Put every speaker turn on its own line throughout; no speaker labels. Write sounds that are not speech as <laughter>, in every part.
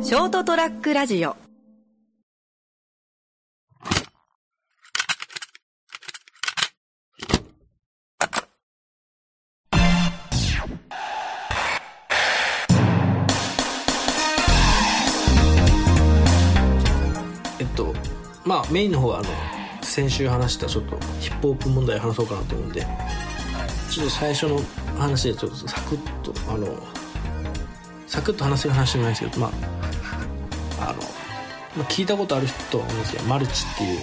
ショートトラックラジオ
えっとまあメインの方はあの先週話したちょっとヒップホップ問題を話そうかなと思うんでちょっと最初の話でちょっとサクッとあのサクッと話せる話じゃないですけどまああの、まあ、聞いたことある人とは思うんですけどマルチっていう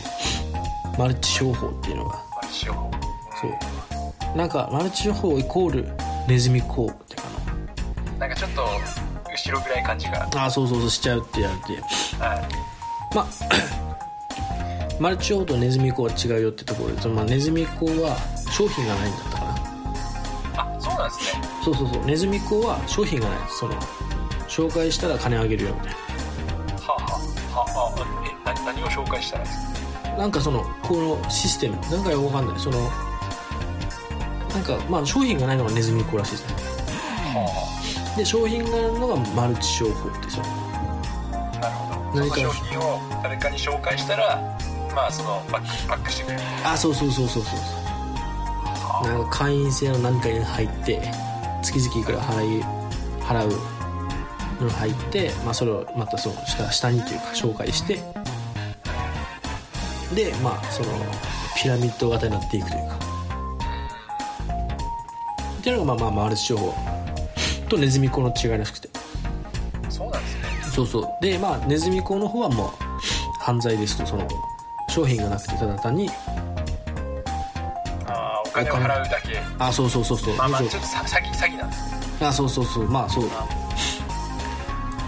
マルチ商法っていうのがそうなんかマルチ商法イコールネズミ講ってか
なんかちょっと後ろ暗い感じが
なああそうそうそうしちゃうってやるって
はい
まあ <coughs> マルチ商法とネズミ講は違うよってところで、まあ、ネズミ講は商品がないんだったかな
あそうなんですね
そうそうそうネズミ講は商品がないその紹介したら金あげるよみたい
はあ、はあ、はあ、えな何を紹介したらですか
ななんかそのこのシステムなんかよくわかんないそのなんかまあ商品がないのがネズミ講らしいですね
は
で商品があるのがマルチ商法ってその
あなるほど
何
そ
か
の商品を誰かに紹介したらまあそのバックパックしてくれる
あそうそうそうそうそうそうなんか会員制の何かに入って月々いくら払い払うのに入って、まあ、それをまたその下下にというか紹介してでまあそのピラミッド型になっていくというかっていうのがまあまあマルチ商法とネズミ講の違いらしくて
そうなんですね
そうそうでまあネズミ講の方はもう犯罪ですとその商品がなくてただ単に
あーお金を払うだけ
あそうそうそうそう、
まあまあ
む
ち
し
ょっとさ詐欺詐欺なんですね
ろあそうそうそうまあそう
あ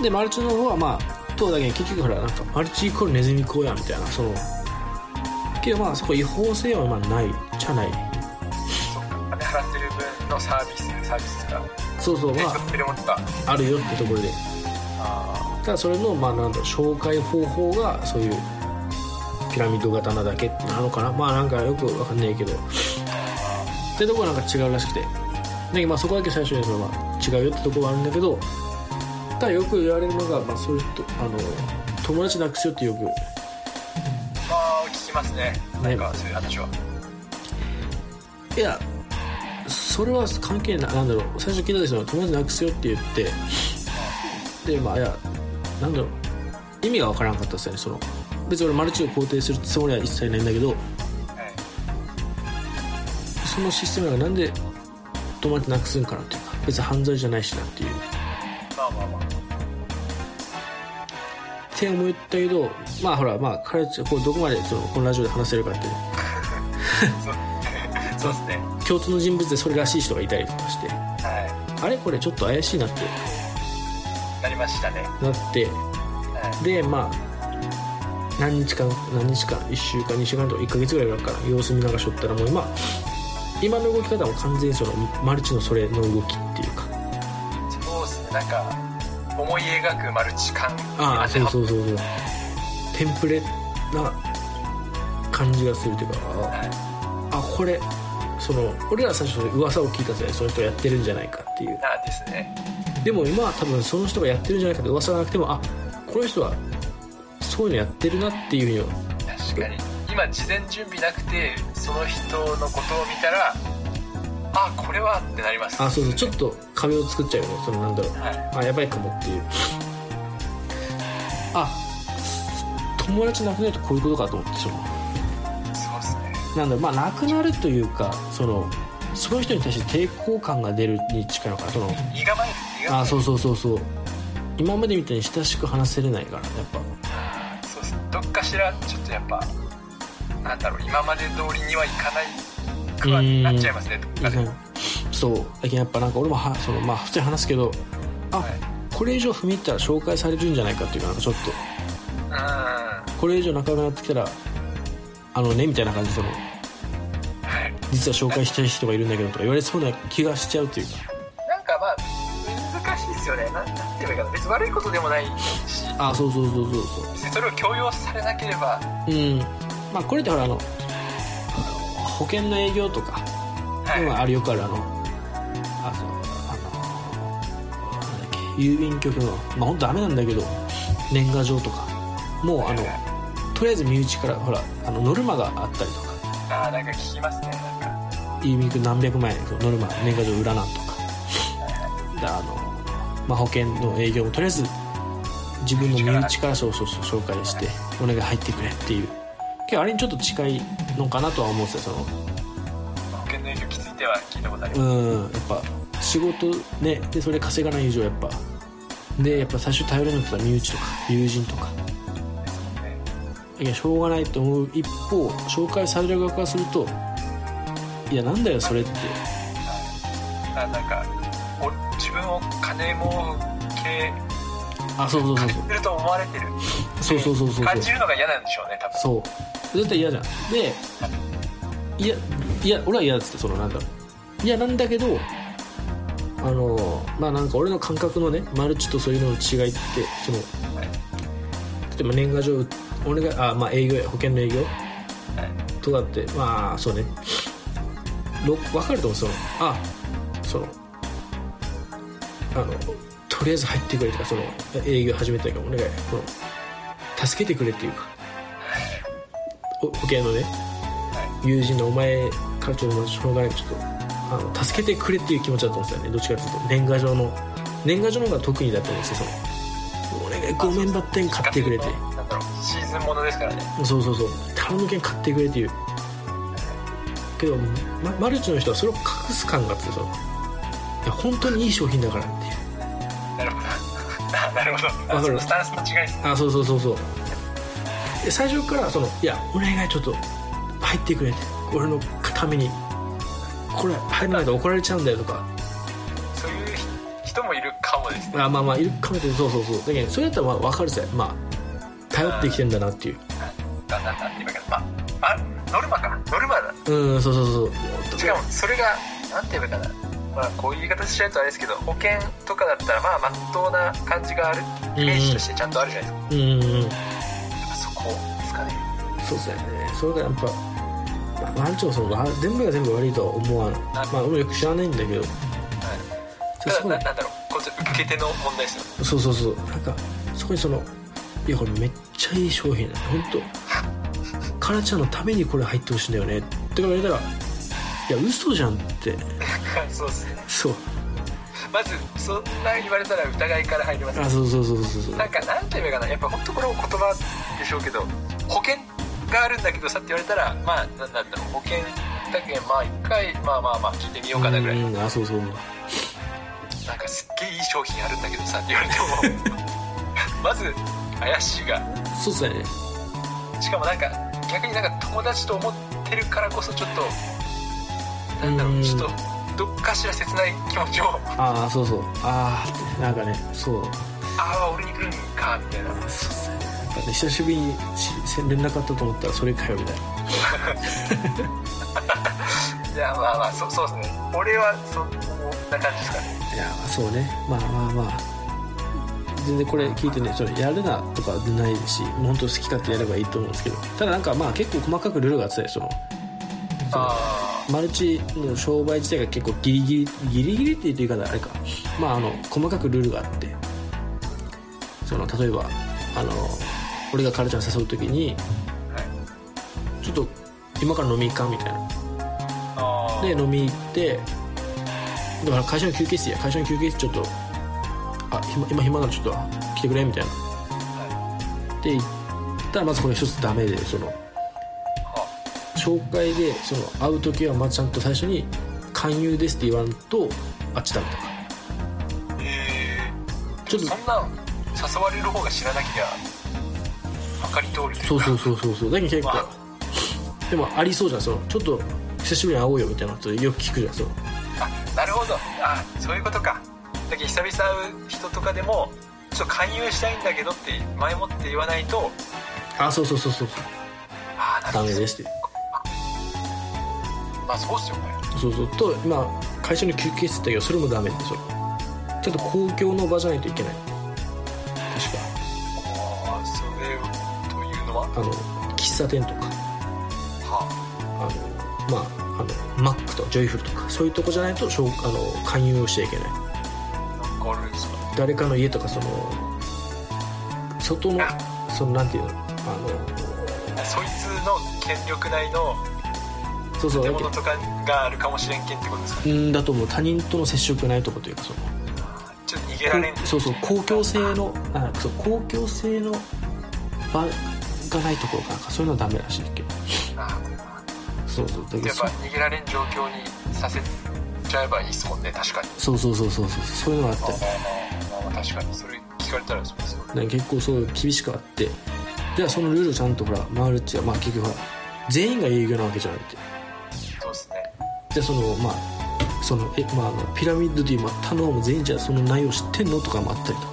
でマルチの方はまあ党だけに結局ほらなんかマルチイコールネズミ講やみたいなそのけどまあそこ違法性はまあないじゃない
そっかお金払ってる分のサービスサービスが
そうそう
えちょ
ま
っとペレ持った
ああるよってところで
あ
ただそれのまあなんだろう紹介方法がそういうピラミッド型なだけなのかなまあなんかよくわかんないけどってとこはなんか違うらしくてだけどまあそこだけ最初にそのまあ違うよってとこはあるんだけどただよく言われるのが、まあ、そういうとあの友達なくすよってよく
ーまあ聞きますねなんかそういう話はい
やそれは関係ないなんだろう最初聞いた時その友達なくすよって言ってでまあいやなんだろう意味がわからなかったですよねその別に俺マルチを肯定するつもりは一切ないんだけど
はい
そのシステムがなんで友達なくすんかなっていうか別に犯罪じゃないしなっていうっ
まあまあまあ
て思ったけどまあほらまあ彼たちこうどこまでそのこのラジオで話せるかっていう
そうそうですね
共通の人物でそれらしい人がいたりとかして
は
あれこれちょっと怪しいなって
いなりましたねは
なって
い
でまあ何日間何日間1週間2週間とか1ヶ月ぐらいだから様子見ながらしょったらもう今今の動き方も完全にそのマルチのそれの動きっていうか
そうですねなんか思い描くマルチ感に
ああ
当
そ
て
う
は
そうそうそうテンプレな感じがするというかああこれその俺ら最初に噂を聞いたぜその人がやってるんじゃないかっていう
まあですね
でも今は多分その人がやってるんじゃないかって噂がなくてもあこの人はそういうのやってるなっていうふうに
確かに今事前準備なくてその人のことを見たらあこれはってなります
あそうそうちょっと壁を作っちゃうよねそのなんだろう
はい
あやばいかもっていうあ友達なくなるとこういうことかと思ってその
そうですね
なんだろうまあなくなるというかそのその人に対して抵抗感が出るに近いのかなその
身構える身構え
あ
る
そうそうそうそう今までみたいに親しく話せれないからやっぱ
そうですねどっかしらちょっとやっぱなんだろう今まで通りにはいかないくは
うん
なっちゃいますねどっかで、
うんそうだけどやっぱなんか俺もはそのまあ普通に話すけどあ、
はい
これ以上踏み入ったら紹介されるんじゃないかっていうかなんかちょっと
うんは
これ以上仲良くなってきたらあのねみたいな感じでその
い
実は紹介したい人がいるんだけどとか言われそうな気がしちゃうというか
なんかまあ難しいですよねなんなんて言えばいいかな別に悪いことでもないし
あそうそうそうそうそう
別にそれを強要されなければ
うんまあこれってほらあのあの保険の営業とか
はい、
今あるよくあるあのあそうあのなんだっけ郵便局のまあ本当ダメなんだけど年賀状とかもうあのとりあえず身内からほらあのノルマがあったりとか
ああなんか聞きますねなんか
郵便局何百万円のノルマ年賀状裏なんとかであの、まあ、保険の営業もとりあえず自分の身内からそうそうそう紹介してお願い入ってくれっていうけどあれにちょっと近いのかなとは思ってたその
保険の影響きついては聞いたことあり
う
ます、
んやっぱ仕事ねでそれ稼がない以上やっぱでやっぱ最初頼れなくてた身内とか友人とか
ね
いやしょうがないと思う一方紹介される側からするといやなんだよそれって
あなんかお自分を金儲け
あそうそうそうそう
すると思われてる
そうそうそうそう
感じるのが嫌なんでしょうね多分
そう絶対嫌じゃんでいやいや俺は嫌だっつってそのなんだろういやなんだけどあのまあなんか俺の感覚のねマルチとそういうのの違いってその
はい
例えば年賀状俺があまあ営業や保険の営業
はい
とかってまあそうねろ分かると思うそのあそのあのとりあえず入ってくれとかその営業始めたいからお願いこの助けてくれっていうかお保険のね友人のお前からちょっとしょうがないちょっとあの助けてくれっていう気持ちだと思ってたねどっちかっていうと年賀状の年賀状の方が特にだと思うんですよそのお願いごめんばってん買ってくれて
なんだろうシーズンものですからね
そうそうそう頼む券買ってくれっていうけど、ま、マルチの人はそれを隠す感があってそのいや本当にいい商品だからっていう
なるほどなるほ
わ
ど <laughs>
かる
スタンスの違いです
あそうそうそうそうで最初からそのいやお願いちょっと入ってくれって俺のためにこれ入らないと怒られちゃうんだよとか
そういう人もいるかもですね
あまあまあいるかもしれないそうそうそうだけどそれだったらまあ分かるさまあ頼ってきてんだなっていう
だなんなんて言えばいいかなまああノルマかノルマだ
うんそうそうそう
しかもそれがなんて言えばいいかなまあこういう言い方しちゃうとあれですけど保険とかだったらまあまっとうな感じがあるイメージとしてちゃんとあるじゃないです
うんうんうん
か、そこですかね
そうですよねそれがやっぱまあなんちゅうのそのわ全部が全部悪いとは思わんまあ俺もよく知らないんだけど
ただ
そこ
ななんだろうこっち受け手の問題ですよ <laughs> ね
そうそうそうなんかそこにそのいやこれめっちゃいい商品だ本当カラちゃんのためにこれ入ってほしいんだよねって言われたらいや嘘じゃんって
そうですね
そう
まずそんな言われたら疑いから入ります
あそうそうそうそうそう
なんかなんて言えばいいかなやっぱ本当これも言葉でしょうけど保険があるんだけどさって言われたらまあななんだろう保険だけまあ一回まあまあまあ聞いてみようかなぐらい
うんあそうそう
なんかすっげえいい商品あるんだけどさって言われ
<laughs>
てもまず怪しいが
そうっすね
しかもなんか逆になんか友達と思ってるからこそちょっとなんだろ
う
うんちょっとどっかしら切ない気持ちを
ああそうそうああってなんかねそう
ああ俺に来るんかみたいな
そうっすねなんかね久しぶりにし連絡あったと思ったらそれかよみたいない
やまあまあそそうですね俺はそんな感じですかね
いやまあそうねまあまあまあ全然これ聞いてねそれやるなとかでないしもう本当好き勝手やればいいと思うんですけどただなんかまあ結構細かくルールがあってそのその
あ
マルチの商売自体が結構ギリギリギリギリっていう言い方あれかまああの細かくルールがあってその例えばあの俺がカルちゃん誘う時に
あはい
ちょっと今から飲み行かんみたいな
あ
で飲み行ってだから会社の休憩室や会社の休憩室ちょっとあ暇今暇なのちょっと来てくれみたいな
は
って言ったらまずこれ一つダメでその
いは
紹介でその会う時はまあちゃんと最初に「勧誘です」って言わんとあっちだとか
え
ちょっ
ー、
と
そんなん誘われる方が知らなきゃ分かり通りと
そ
い
そう
ううか
そうそうそうだけど結
ま
構でもありそうじゃんそのちょっと久しぶりに会おうよみたいなことよく聞くじゃんその
あなるほどあそういうことかだけど久々会う人とかでもちょっと勧誘したいんだけどって前もって言わないと
あそうそうそうそう
あなる
ダ
ほ
メ
ど
ですって
まあそうっすよね
そうそうとまあ会社の休憩室だけどそれもダメでそのちょっと公共の場じゃないといけない確か
ああそれというのは
あの喫茶店とか
は
あのまああのマックとかジョイフルとかそういうとこじゃないとしょうあの勧誘をしちゃいけない
あなんかあるんですか
誰かの家とかその外のそのなんていうのあ
そいつの権力内
の
の
そうそう
建
やけ
物とかがあるかもしれんけんってことですか
うんだと思う他人との接触ないとこというかその
ちょっと逃げられん
そうそう公共性のあそう公共性の場がないところかなんかそういうのはダメらしいけど
あ
そうそうだけ
ー
ど
やっぱ逃げられん状況にさせちゃえばいいっすもんね確かに
そうそうそうそうそうそういうのがあって
まあまあまあ確かにそれ聞かれたらそうですよね
ね結構そういう厳しくあってではそのルールをちゃんとほら回るっていうまあ結局ほら全員が営業なわけじゃなくて
そうですね
じゃあそのまあそのえ、まあ、あのピラミッドで今他のも全員じゃあその内容知ってんのとかもあったりとか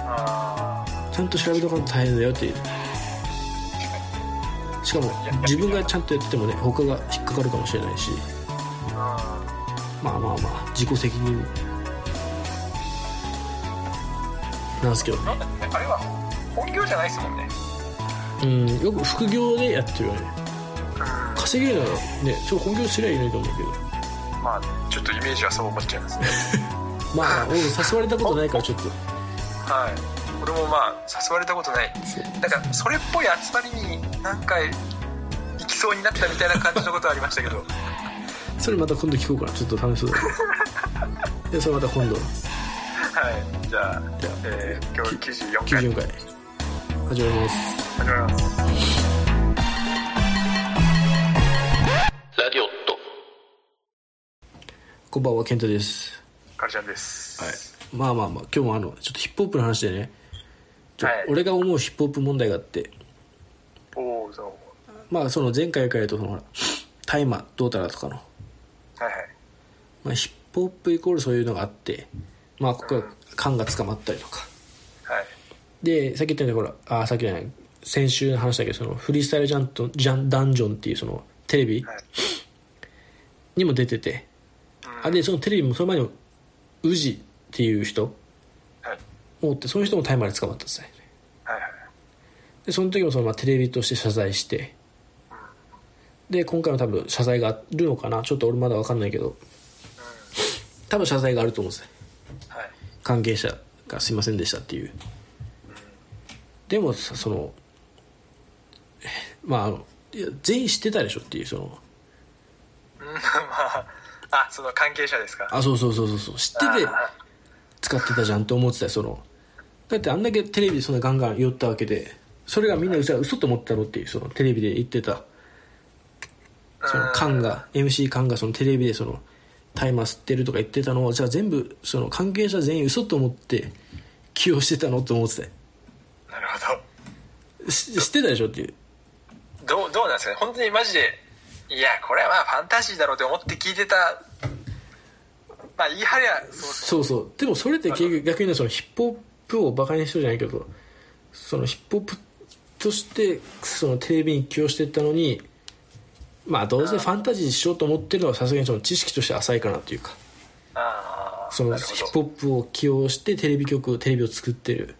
あ
ちゃんと調べとかも大変だよっていう
ー確かに
しかも自分がちゃんとやっててもね他が引っかかるかもしれないし
あ
まあまあまあ自己責任なんですけど
ーなんだろうねあれは本業じゃないですもんね
うんよく副業でやってるよね稼げるならねちょっと本業すりゃいいのにと思うけど
まあちょっとイメージはそう思っちゃいますね
まあ俺誘われたことないからちょっと
はい俺もまあ誘われたことないなんかそれっぽい集まりに何回行きそうになったみたいな感じのことはありましたけど
それまた今度聞こうかなちょっと楽しそうだねでそれまた今度
はいじゃあ
じゃあ、
えー今日
94
94回
回始まります
始まります
こんばんは健太です
カルちゃんです
はい、まあまあまあ今日もあのちょっとヒップホップの話でね、ちょ
はい
俺が思うヒップホップ問題があって
おおそう
まあその前回から言うとそのほら大麻どうたらとかの、
はいはい
まあ、ヒップホップイコールそういうのがあってまあここは缶が捕まったりとか
はい
でさっき言ったようにほらあさっきじゃない先週の話だけどそのフリースタイルジャンとジャンダンジョンっていうそのテレビ
はい
にも出てて、あでそのテレビもその前にも宇治っていう人
はい
もおってその人も大麻で捕まったんですね
はいはい
でその時もそのまあテレビとして謝罪してで今回も多分謝罪があるのかなちょっと俺まだ分かんないけど多分謝罪があると思うんですね
はい
関係者がすいませんでしたっていうでもさそのえまああのいや全員知ってたでしょっていうその
うんまああその関係者ですか
あそうそうそうそうそう知ってて
あ
使ってたじゃんって思ってたよそのだってあんだけテレビでそんなガンガン酔ったわけでそれがみんなうちは嘘と思ったろっていうそのテレビで言ってたそのカンが MC カンがそのテレビでその大麻吸ってるとか言ってたのをじゃあ全部その関係者全員嘘と思って起用してたのって思って
ーなるほど
てし知ってたでしょっていう
どうどうなんですかね本当にマジでいやこれはまあファンタジーだろうって思って聞いてたまあ言い張りゃそうそう
そうそうでもそれって結局逆にねそのヒップホップをバカにしてるじゃないけどそのヒップホップとしてそのテレビに起用してったのにまあどうせファンタジーしようと思ってるのはさすがにその知識として浅いかなというか
ああ
その
なる
ヒップホ
ほ
ップを起用してテレビ局テレビを作ってる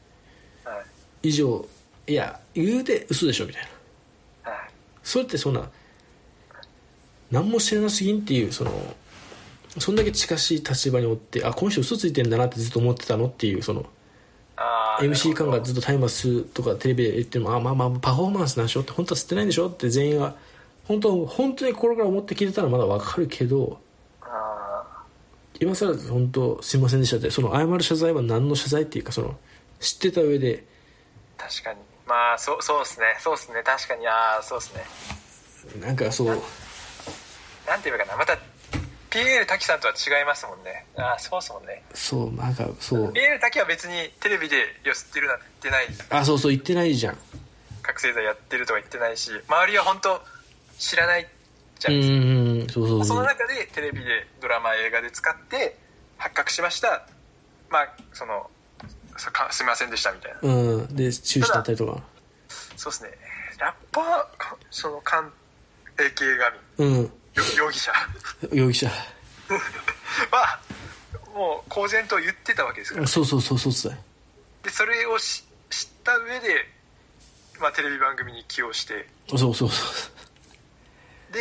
どはい
以上いや言うて嘘でしょみたいな
はい
それってそんな何も知らなすぎんっていうそのそんだけ近しい立場におってあこの人嘘ついてんだなってずっと思ってたのっていうその
あー
MC
なる
感
ほ
が
ど
ずっとタイマー吸うとかテレビで言ってもあまあまあパフォーマンスなんでしょって本当は吸ってないんでしょって全員が本当本当に心から思って聞いてたらまだわかるけど
あ
今更本当すいませんでしたってその謝る謝罪は何の謝罪っていうかその知ってた上で
ー確かにまあそうそうですねそうですね確かにああそうですね
なんかそう
なんていうのかなまた PL 滝さんとは違いますもんねああそうですもんね
そうなんかそう
PL 滝は別にテレビで「よすってるなんて言ってない
あそうそう言ってないじゃん
覚醒剤やってるとか言ってないし周りは本当知らないじゃ
う
ないですか
んうんそうそう
そ
そ
の
う
中でテレビでドラマ映画で使って発覚しましたまあそのそかすみませんでしたみたいな
うんで注意してあったりとか
そうですねラッパーかその関 AK 神
うん
よ容疑者 <laughs>
容疑者
はもう公然と言ってたわけですから
そうそうそうそうだよ
でそれをし知った上で、まあ、テレビ番組に起用して
そうそうそう
で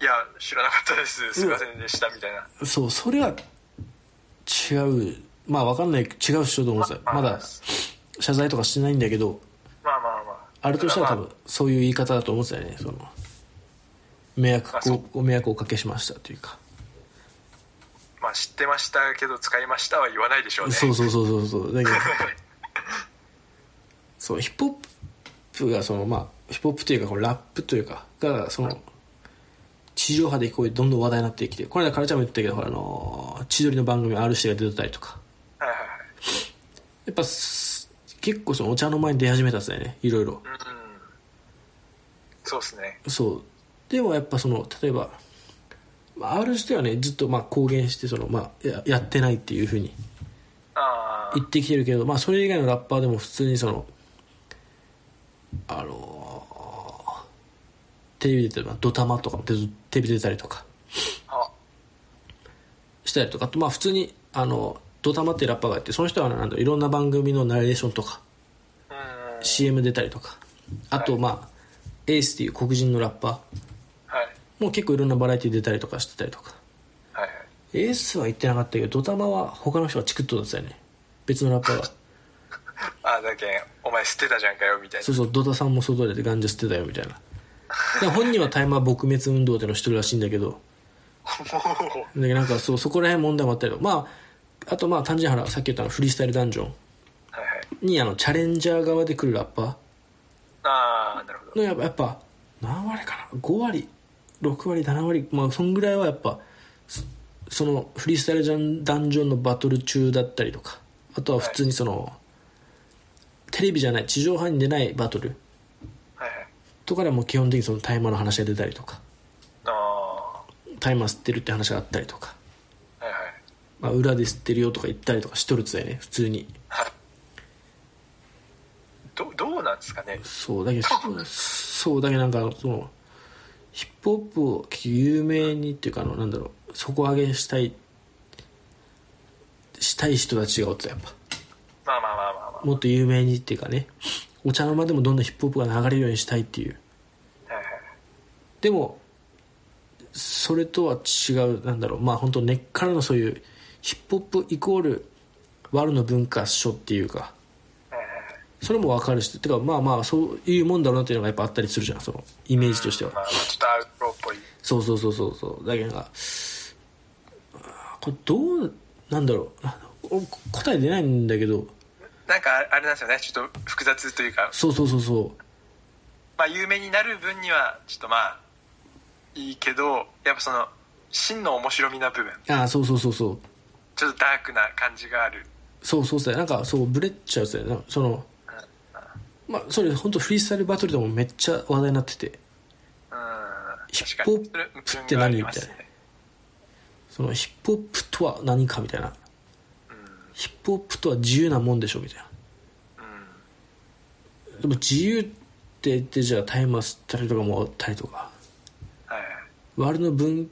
いや知らなかったですすみませんでしたみたいな
そうそれは違うまあ分かんない違う人だと思うんですよまだ謝罪とかしてないんだけど
まあまあまあ
あるとしたら多分そういう言い方だと思ってたよねその迷
あ
惑
そ
をご迷惑をおかけしましたというか
まあ知ってましたけど使いましたは言わないでしょうね <laughs>
そうそうそうそうそうだけどそうヒップホップがそのまあヒップホップというかこのラップというかがその地上波でこうどんどん話題になってきてこの間カルチャーも言ってたけどほらあのー千鳥の番組 R 指定が出てたりとか
はいはいはい
やっぱす結構そのお茶の前に出始めたんですよねいろいろ
うんそうですね
そうでもやっぱその例えばまあ R してはねずっとまあ公言してその、まあ、ややってないっていうふうに
ああ
言ってきてるけど、まあ、それ以外のラッパーでも普通にそのあのテレビ出てるのはドタマとかもテテレビ出たりとか
あ
したりとかあとまあ普通にあのドタマっていうラッパーがいてその人はなんだいろんな番組のナレーションとか
うん
CM 出たりとかあとまあエースっていう黒人のラッパ
はい
ーも結構いろんなバラエティ出たりとかしてたりとか
はいはい
エースは言ってなかったけどドタマは他の人がチクッとだったよね別のラッパーが
ああだけんお前知ってたじゃんかよみたいな
そうそうドタさんも外でガンジャ捨てたよみたいなで本人は大麻撲滅運動での一人らしいんだけど
<laughs> お
だけどなんかそうそこら辺問題もあったりとかまああとまあ単純にほらさっき言ったあのフリースタイルダンジョン
ーはいはい
にあのチャレンジャー側で来るラッパ
ああなるほど
ーのやっぱやっぱ何割かな5割6割7割まあそんぐらいはやっぱそそのフリースタイルダンダンジョンのバトル中だったりとかあとは普通にその、テレビじゃない地上波に出ないバトル
はいはい
とかでも基本的にその大麻の話が出たりとか
ああ
タイマー吸ってるって話があったりとか、
ーはいはい
まあ、裏で吸ってるよとか言ったりとかしとるつだよね普通に
はいどどうなんですかね
そうだけどそうそうだけどなんかそのヒップホップを有名にっていうかあのなんだろう底上げしたいしたい人たちがおってやっぱ
まあまあまあまあま
もっと有名にっていうかねお茶の間でもどんどんヒップホップが流れるようにしたいっていう
あはいはい
でもそれとは違うなんだろうまあ本当根っからのそういうヒップホップイコールワルの文化書っていうかそれも分かるしてかまあまあそういうもんだろうなっていうのがやっぱあったりするじゃんそのイメージとして
まあ
は
まあちょっとアウトローっぽい
そうそうそうそうそうだけどなんかあーこれどうなんだろうあお答え出ないんだけど
なんかあれなんですよねちょっと複雑というか
そうそうそうそう
まあ、有名になる分にはちょっとまあいいけどやっぱその真の面白みな部分
ああそうそうそうそう
ちょっとダークな感じがある
そうそうそうなんかそうブレっちゃうっすよねなんかそのまあそれ本当フリースタイルバトルでもめっちゃ話題になってて
うん
ヒ
確
ッ
か
プホ
に
ップって何みたいなそのヒップホップとは何かみたいなヒップホップとは自由なもんでしょみたいなでも自由って言ってじゃあタイマー吸ったりとかもあったりとか
はいはい
我々の文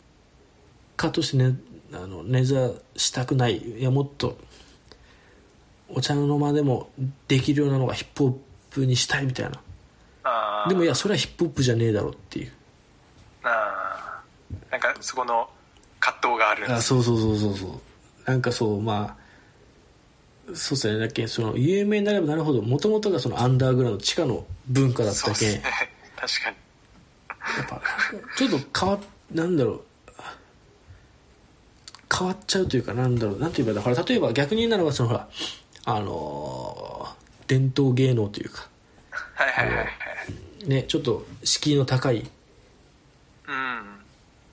化としてねあの根ざしたくないいやもっとお茶の間でもできるようなのがヒップホップにしたいみたいな
あ
でもいやそれはヒップホップじゃねえだろっていう
ああーなんかそこの葛藤があるんです
そうそうそうそうそうなんかそうまあそうっすねだっけその有名になればなるほどもともとがそのアンダーグラウンド地下の文化だっ
そう
た
で
けん
すね確かに
やっぱちょっと変わっなんだろう変わっちゃうというかなんだろうなんて言えばいいんだだから例えば逆に言うならばそのほらあのー伝統芸能というか
はいはいはいはい
ねちょっと敷居の高い
うん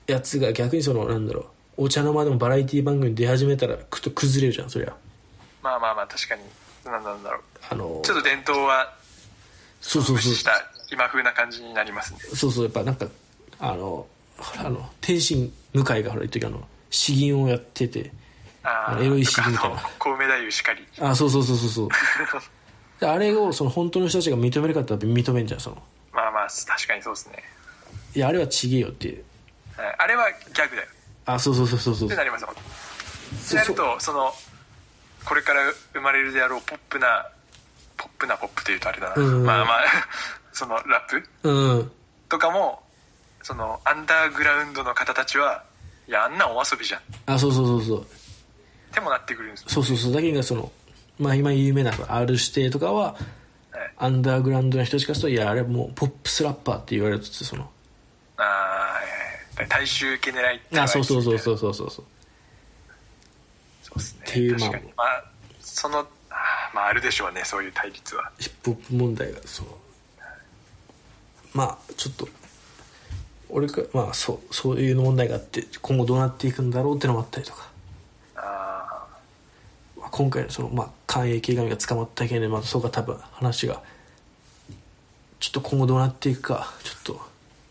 やつが逆にそのなんだろうお茶の間でもバラエティ番組に出始めたらくと崩れるじゃんそりゃ
まあまあまあ確かになんなんだろう
あのー
ちょっと伝統は
そうそう
無
そう
視した今風な感じになりますね
そうそうやっぱなんかあのほらあの天心向井がほら言ってるあの詩吟をやってて
あ
あ
あ
のエロい詩みた
と
い
か
な
あの小梅太夫しかり
あそうそうそうそうそうであれをその本当の人たちが認めるかって言ったら認めんじゃんその
まあまあ確かにそうですね
いやあれはちげえよっていう
はいあれはギャグだよ
あそうそうそうそうそう
ってなりますもんって
そう
なるとそのこれから生まれるであろうポップなポップなポップというとあれだな
うん
まあまあ <laughs> そのラップ
うん
とかもそのアンダーグラウンドの方たちはいやあんなお遊びじゃんっ
あそうそうそうそう
てもなってくるんです
そうそうそうだけがそのまあ今有名な R 指定とかは
はい
アンダーグラウンドの人しかするといやあれもうポップスラッパーって言われるとその
あーはいはい大衆受け狙いってのは
あそうそうそうそううそうそうそう
そうですね
っていう
確かにまあそのあーまああるでしょうねそういう対立は
ヒップホップ問題がそうまあちょっと俺かまあそうそういう問題があって今後どうなっていくんだろうってのもあったりとか
あ
まあ今回のその、まあ、関係神が捕まった件で、まあ、そうか多分話がちょっと今後どうなっていくかちょっと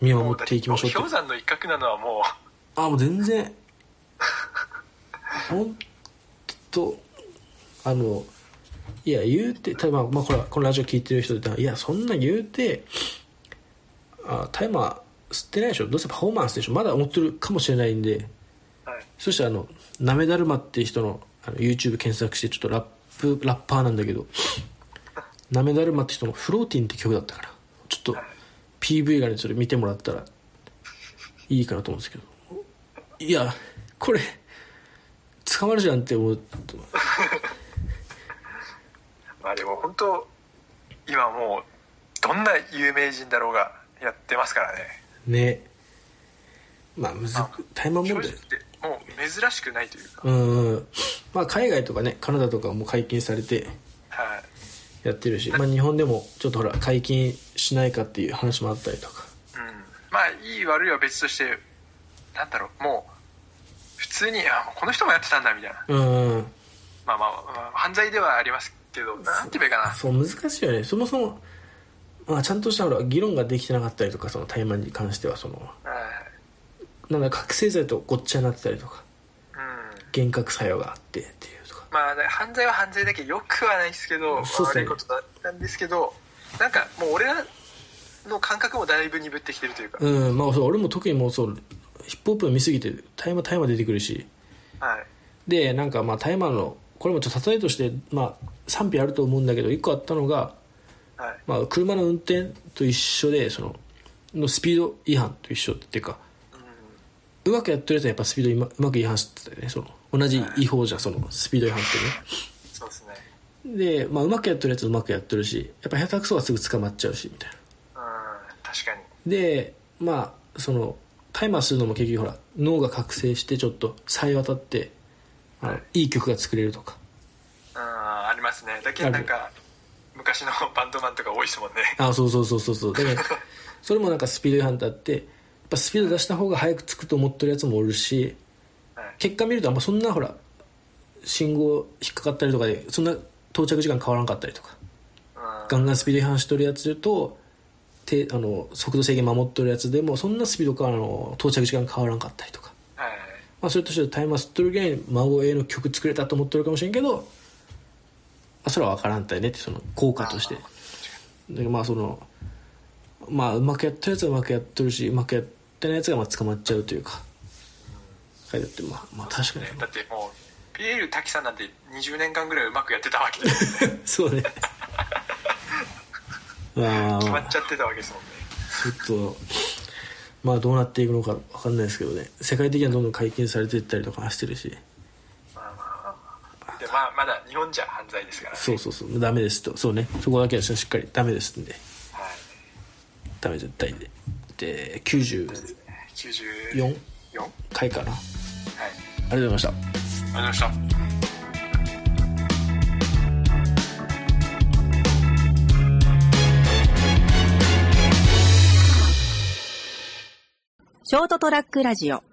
見
あ
守っていきましょうって
氷山の一角なのはもう
あもう全然ほんとあのいや言うてたまあまあこれはこのラジオ聞いてる人でいやそんな言うてあタイマー吸ってないでしょどうせパフォーマンスでしょまだ思ってるかもしれないんで
はい
そしてあのなめだるまっていう人のあの YouTube 検索してちょっとラップラッパーなんだけどなめだるまって人の「フローティン」って曲だったからちょっと PV がねそれ見てもらったらいいかなと思うんですけどいやこれ捕まるじゃんって思う
まあでも本当今もうどんな有名人だろうがやってますからね
ねまあむずくタイマン
正
問
直
題
言ってもう珍しくないというか、
うんうんまあ海外とかねカナダとかも解禁されて
はい
やってるし、まあ、日本でもちょっとほら解禁しないかっていう話もあったりとか
うん、まあいい悪いは別としてなんだろうもう普通にあこの人もやってたんだみたいな
うんうん
まあまあまあ犯罪ではありますけどなんて言えばいいかな
そう難しいよねそもそも、まあ、ちゃんとしたほら議論ができてなかったりとかその怠慢に関してはその
う
なんだ覚醒剤とごっちゃになってたりとか
ん、
幻覚作用があってっていうとか
まあ犯罪は犯罪だけどよくはないですけど
そうっす
悪
ね
いことだったんですけどなんかもう俺らの感覚もだいぶ鈍ってきてるというか、
うんまあそう俺も特にもうそうヒップホップ見すぎて大麻大麻出てくるし
はい
でなんかまあ大麻のこれもちょっと例えとして、まあ、賛否あると思うんだけど一個あったのが、
はい
まあ、車の運転と一緒でそののスピード違反と一緒っていうかうまくやってるやつはやっぱスピード今うまく違反してたよねその同じ違法じゃんそのスピード違反っ
そうですね
てねで、まあ、うまくやってるやつはうまくやってるしやっぱ下手くそはすぐ捕まっちゃうしみたいな
うん確かに
でまあそのタイマーするのも結局ほら脳が覚醒してちょっとさえ渡ってあのいい曲が作れるとか
うんありますねだけどなんか昔のバンドマンとか多いですもんね
あそうそうそうそうそうだから
<laughs>
それもなんかスピード違反だってやっぱスピード出した方が早く着くと思ってるやつもおるし
はい
結果見るとあんまそんなほら信号引っかかったりとかでそんな到着時間変わらんかったりとか <laughs>
うん
ガンガンスピード違反しとるやつとてあの速度制限守っとるやつでもそんなスピードかあの到着時間変わらんかったりとか、
はい
まあ、それとしてタイマー吸っとるげん孫 A の曲作れたと思ってるかもしれんけど、まあ、それは分からんたいねってその効果としてでまあそのまあうまくやったやつはうまくやっとるしうまくやってないやつがまあ捕まっちゃうというか書いてあってまあまあ確かに <laughs>
だってもうピエール滝さんなんて20年間ぐらいうまくやってたわけですよね
そうね <laughs> まあ
決
ま
ま
あ
っちゃってたわけですもんね
ちょっとまあどうなっていくのか分かんないですけどね世界的にはどんどん解禁されていったりとかしてるし
でまあまだ日本じゃ犯罪ですから、
そうそうそうダメですとそうねそこだけはしっかりダメですんで
はい、
ダメ絶対でで94
94はい
回かなあ
あ
りがとうございました
りがとうございました
ショートトラックラジオ